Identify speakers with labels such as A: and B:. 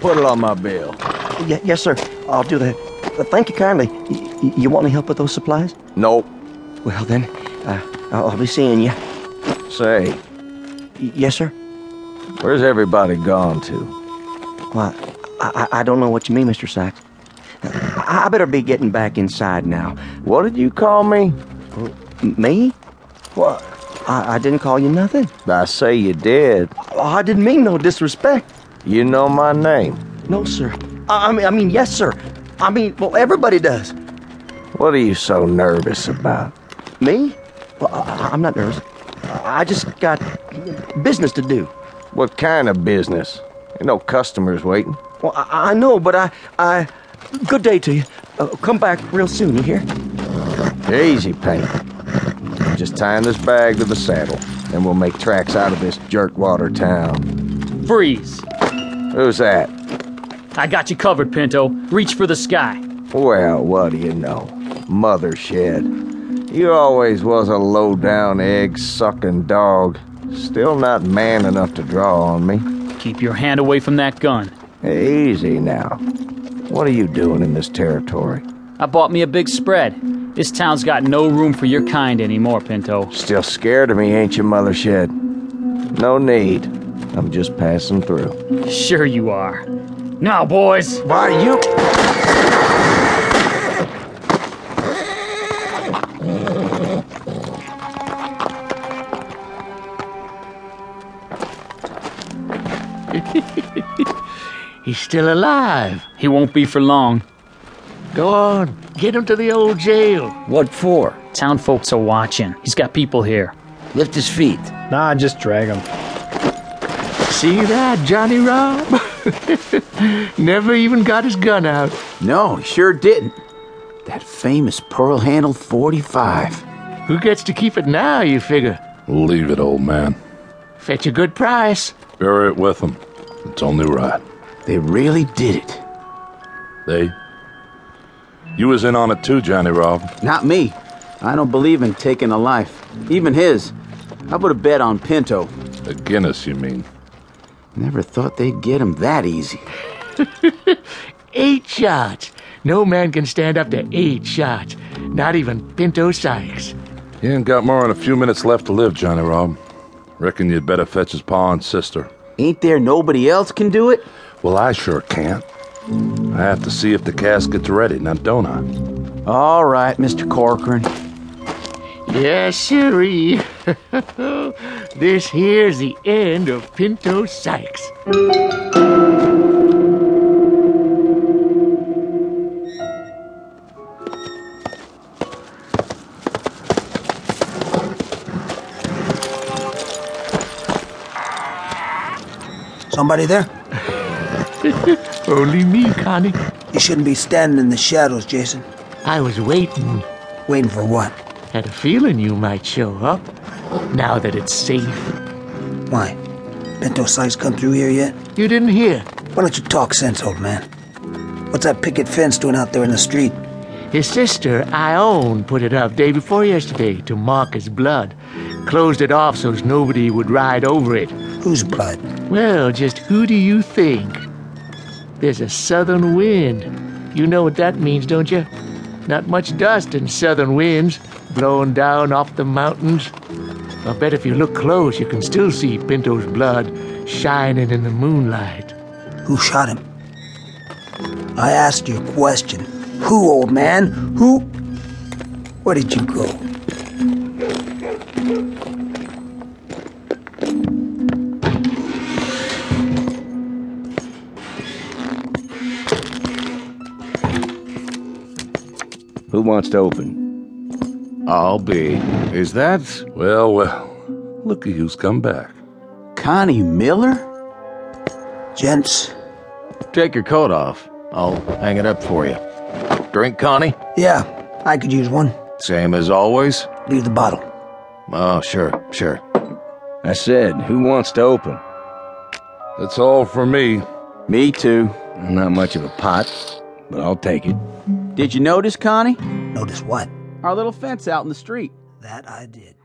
A: Put it on my bill.
B: Ye- yes, sir. I'll do that. Uh, thank you kindly. Y- y- you want any help with those supplies?
A: Nope.
B: Well, then, uh, I'll I'll be seeing you.
A: Say,
B: Y- yes, sir?
A: where's everybody gone to?
B: Well, I, I, I don't know what you mean, Mr. Sachs. Uh, I, I better be getting back inside now.
A: What did you call me?
B: M- me?
A: What?
B: I, I didn't call you nothing.
A: I say you did.
B: Oh, I didn't mean no disrespect.
A: You know my name.
B: No, sir. I, I mean, I mean, yes, sir. I mean, well, everybody does.
A: What are you so nervous about?
B: Me? Well, I, I'm not nervous. I just got business to do.
A: What kind of business? Ain't no customers waiting.
B: Well, I, I know, but I, I. Good day to you. Uh, come back real soon. You hear?
A: Easy, Payne. Just tying this bag to the saddle, and we'll make tracks out of this jerkwater town.
C: Freeze.
A: Who's that?
C: I got you covered, Pinto. Reach for the sky.
A: Well, what do you know? Mother shed. You always was a low down, egg sucking dog. Still not man enough to draw on me.
C: Keep your hand away from that gun.
A: Easy now. What are you doing in this territory?
C: I bought me a big spread. This town's got no room for your kind anymore, Pinto.
A: Still scared of me, ain't you, Mother Shed? No need. I'm just passing through.
C: Sure you are. Now, boys.
A: Why, you.
D: He's still alive.
C: He won't be for long.
D: Go on, get him to the old jail.
E: What for?
C: Town folks are watching. He's got people here.
E: Lift his feet.
F: Nah, just drag him.
D: See that, Johnny Rob? Never even got his gun out.
E: No, he sure didn't. That famous pearl handled 45.
D: Who gets to keep it now, you figure?
G: Leave it, old man.
D: Fetch a good price.
G: Bury it with them. It's only right.
E: They really did it.
G: They. You was in on it too, Johnny Rob.
E: Not me. I don't believe in taking a life, even his. I would have bet on Pinto.
G: A Guinness, you mean?
E: Never thought they'd get him that easy.
D: Eight shots. No man can stand up to eight shots. Not even Pinto Sykes.
G: You ain't got more than a few minutes left to live, Johnny Rob. Reckon you'd better fetch his pa and sister.
E: Ain't there nobody else can do it?
G: Well, I sure can't. I have to see if the casket's ready, now don't I?
E: All right, Mr. Corcoran.
D: Yes, sirree. this here's the end of Pinto Sykes.
H: Somebody there?
D: Only me, Connie.
H: You shouldn't be standing in the shadows, Jason.
D: I was waiting.
H: Waiting for what?
D: Had a feeling you might show up. Now that it's safe.
H: Why? Bento Sykes come through here yet?
D: You didn't hear.
H: Why don't you talk sense, old man? What's that picket fence doing out there in the street?
D: His sister, Ione, put it up day before yesterday to mark his blood. Closed it off so's nobody would ride over it.
H: Whose blood?
D: Well, just who do you think? There's a southern wind. You know what that means, don't you? Not much dust in southern winds blowing down off the mountains. I'll bet if you look close, you can still see Pinto's blood shining in the moonlight.
H: Who shot him? I asked you a question. Who, old man? Who? Where did you go?
A: Who wants to open?
I: I'll be. Is that?
G: Well, well. Looky who's come back.
E: Connie Miller?
H: Gents?
I: Take your coat off. I'll hang it up for you. Drink, Connie?
H: Yeah, I could use one.
I: Same as always?
H: Leave the bottle.
I: Oh, sure, sure.
A: I said, who wants to open?
G: That's all for me.
E: Me too.
A: I'm not much of a pot, but I'll take it.
E: Did you notice, Connie?
H: Notice what?
E: Our little fence out in the street.
H: That I did.